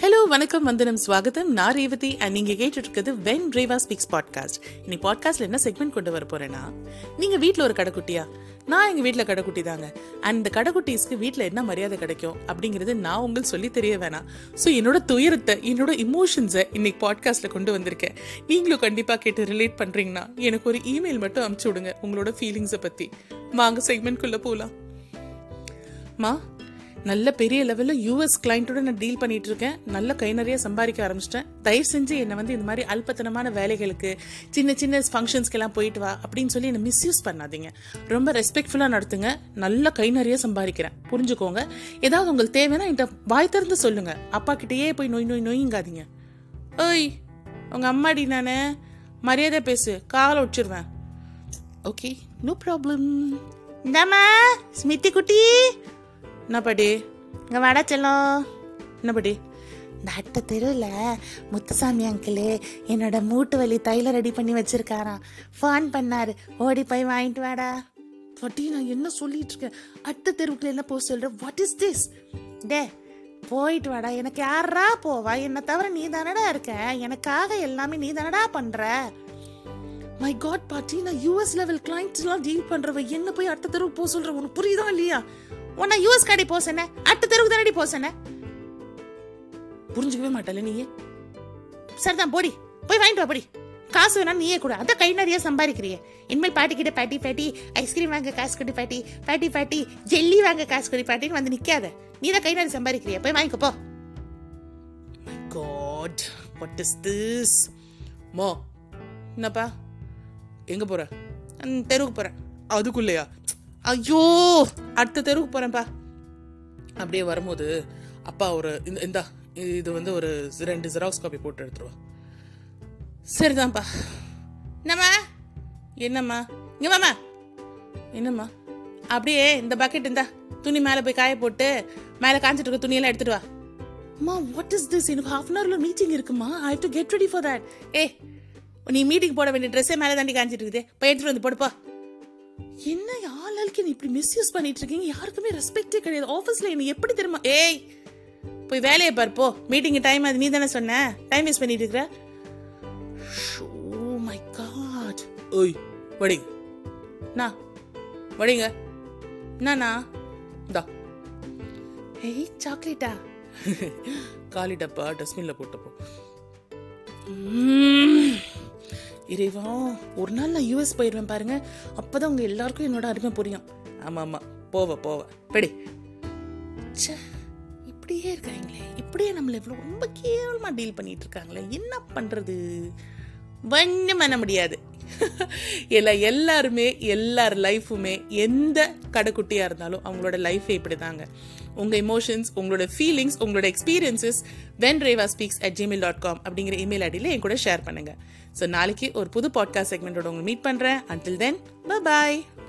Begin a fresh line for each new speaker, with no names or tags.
hello வணக்கம் வந்தனம் ஸ்வாகத்தம் நான் ரேவதி அண்ட் நீங்கள் கேட்டுட்ருக்கிறது வென் ரேவா ஸ்பீக்ஸ் பாட்காஸ்ட் இன்னைக்கு பாட்காஸ்ட்டில் என்ன செக்மெண்ட் கொண்டு வர போகிறேன்னா நீங்கள் வீட்டில் ஒரு கடைக்குட்டியா நான் எங்கள் வீட்டில் கடைக்குட்டி தாங்க அண்ட் இந்த கடைக்குட்டீஸ்க்கு வீட்டில் என்ன மரியாதை கிடைக்கும் அப்படிங்கிறது நான் உங்களுக்கு சொல்லி தெரிய வேணாம் ஸோ என்னோட துயரத்தை என்னோட இமோஷன்ஸை இன்னைக்கு பாட்காஸ்ட்டில் கொண்டு வந்திருக்கேன் நீங்களும் கண்டிப்பாக கேட்டு ரிலேட் பண்ணுறீங்கன்னா எனக்கு ஒரு இமெயில் மட்டும் அனுப்பிச்சி விடுங்க உங்களோட ஃபீலிங்ஸை பற்றி வாங்க செக்மெண்ட்குள்ளே போகலாம் மா நல்ல பெரிய லெவலில் யூஎஸ் கிளைண்ட்டோட நான் டீல் பண்ணிட்டு இருக்கேன் நல்ல கை நிறைய சம்பாதிக்க ஆரம்பிச்சிட்டேன் தயவு செஞ்சு என்னை வந்து இந்த மாதிரி அல்பத்தனமான வேலைகளுக்கு சின்ன சின்ன ஃபங்க்ஷன்ஸ்க்கெல்லாம் போயிட்டு வா அப்படின்னு சொல்லி என்னை மிஸ்யூஸ் பண்ணாதீங்க ரொம்ப ரெஸ்பெக்ட்ஃபுல்லாக நடத்துங்க நல்ல கை நிறைய சம்பாதிக்கிறேன் புரிஞ்சுக்கோங்க ஏதாவது உங்களுக்கு தேவைன்னா என்கிட்ட வாய் திறந்து சொல்லுங்க அப்பா கிட்டேயே போய் நொய் நொய் நொய்ங்காதீங்க ஏய் உங்கள் அம்மாடி நானே மரியாதை பேசு காலை உடிச்சிருவேன் ஓகே நோ ப்ராப்ளம் இந்தாம்மா ஸ்மித்தி குட்டி என்ன பாடி இங்கே வட செல்லம் என்ன பாடி
இந்த அட்டை தெருவில் முத்துசாமி அங்கிள் என்னோட மூட்டு வலி தைலம் ரெடி பண்ணி வச்சிருக்காராம் ஃபோன் பண்ணாரு ஓடி போய் வாங்கிட்டு வாடா
பாட்டி நான் என்ன சொல்லிட்டு இருக்கேன் அட்டை தெருவுக்குள்ள என்ன போக சொல்கிறேன் வாட் இஸ் திஸ்
டே போயிட்டு வாடா எனக்கு யாரா போவா என்னை தவிர நீ தானடா இருக்க எனக்காக எல்லாமே நீ தானடா பண்ற
மை காட் பாட்டி நான் யூஎஸ் லெவல் கிளைண்ட்ஸ்லாம் டீல் பண்ணுறவ என்ன போய் அடுத்த தெருவுக்கு போக சொல்கிறேன் உனக்கு புரியுதா இல்லையா
உன்னை யூஸ் கடை போக சொன்னேன் அட்டை தெருவுக்கு தானடி போக சொன்னேன்
புரிஞ்சுக்கவே மாட்டல நீயே
சரிதான் போடி போய் வாங்கிட்டு வா போடி காசு வேணா நீயே கூட அதான் கை நிறைய சம்பாதிக்கிறியே இனிமேல் பாட்டி கிட்ட பாட்டி பாட்டி ஐஸ்கிரீம் வாங்க காசு கொடி பாட்டி பாட்டி பாட்டி ஜெல்லி வாங்க காசு கொடி பாட்டின்னு வந்து நிக்காத நீ தான் கை நிறைய சம்பாதிக்கிறிய போய் வாங்கிக்கோ போ
my God what is this மோ என்னப்பா எங்கே போகிற தெருவுக்கு போகிறேன் அதுக்குள்ளேயா ஐயோ அடுத்த தெருவுக்கு போகிறேன்ப்பா அப்படியே வரும்போது அப்பா ஒரு இந்த- இந்தா இது வந்து ஒரு ரெண்டு ஜெராக்ஸ் காப்பி போட்டு எடுத்துருவா சரிதான்ப்பா என்னம்மா என்னம்மா இங்கே மாமா என்னம்மா அப்படியே இந்த பக்கெட் இந்தா துணி மேலே போய் காய போட்டு மேலே காஞ்சிட்டு இருக்க துணியெல்லாம் எடுத்துட்டு வா அம்மா வாட் இஸ் திஸ் எனக்கு ஹாஃப் அன் ஹவரில் மீட்டிங் இருக்குமா I to get ready for that ஏ நீ மீட்டிங் போட வேண்டிய ட்ரெஸ்ஸே மேலே தாண்டி காஞ்சிட்டு இருக்குது போய் எடுத்துட்டு வந்து போடுப்பா என்ன ஆளாளுக்கு என்னை இப்படி மிஸ்யூஸ் பண்ணிட்டு இருக்கீங்க யாருக்குமே ரெஸ்பெக்டே கிடையாது ஆஃபீஸில் என்னை எப்படி தெரியுமா ஏய் போய் வேலையை பாரு போ மீட்டிங் டைம் அது நீ தானே சொன்ன டைம் வேஸ்ட் பண்ணிட்டு இருக்கிற ஷோ மை காட் ஓய் வடிங்க நான் வடிங்க நானா தா
ஏய் சாக்லேட்டா
காலி டப்பா டஸ்ட்பினில் போட்டப்போ இறைவா ஒரு நாள் நான் யூஎஸ் போயிடுவேன் பாருங்க அப்பதான் உங்க எல்லாருக்கும் என்னோட அருமை புரியும் ஆமா ஆமா போவ போவ படி
ச்சே இப்படியே இருக்காங்களே இப்படியே நம்மளை இவ்வளோ ரொம்ப கேவலமாக டீல் பண்ணிட்டு இருக்காங்களே என்ன பண்ணுறது
ஒன்றும் பண்ண முடியாது இல்லை எல்லாருமே எல்லார் லைஃபுமே எந்த கடைக்குட்டியாக இருந்தாலும் அவங்களோட லைஃபே இப்படி தாங்க உங்கள் எமோஷன்ஸ் உங்களோட ஃபீலிங்ஸ் உங்களோட experiences when Reva speaks at Gmail dot com அப்படிங்கிற இமெயில் ஐடியில் என் கூட ஷேர் பண்ணுங்கள் ஸோ நாளைக்கு ஒரு புது பாட்காஸ்ட் செக்மெண்ட்டோட உங்களை மீட் பண்ணுறேன் அன்டில் தென் பாய்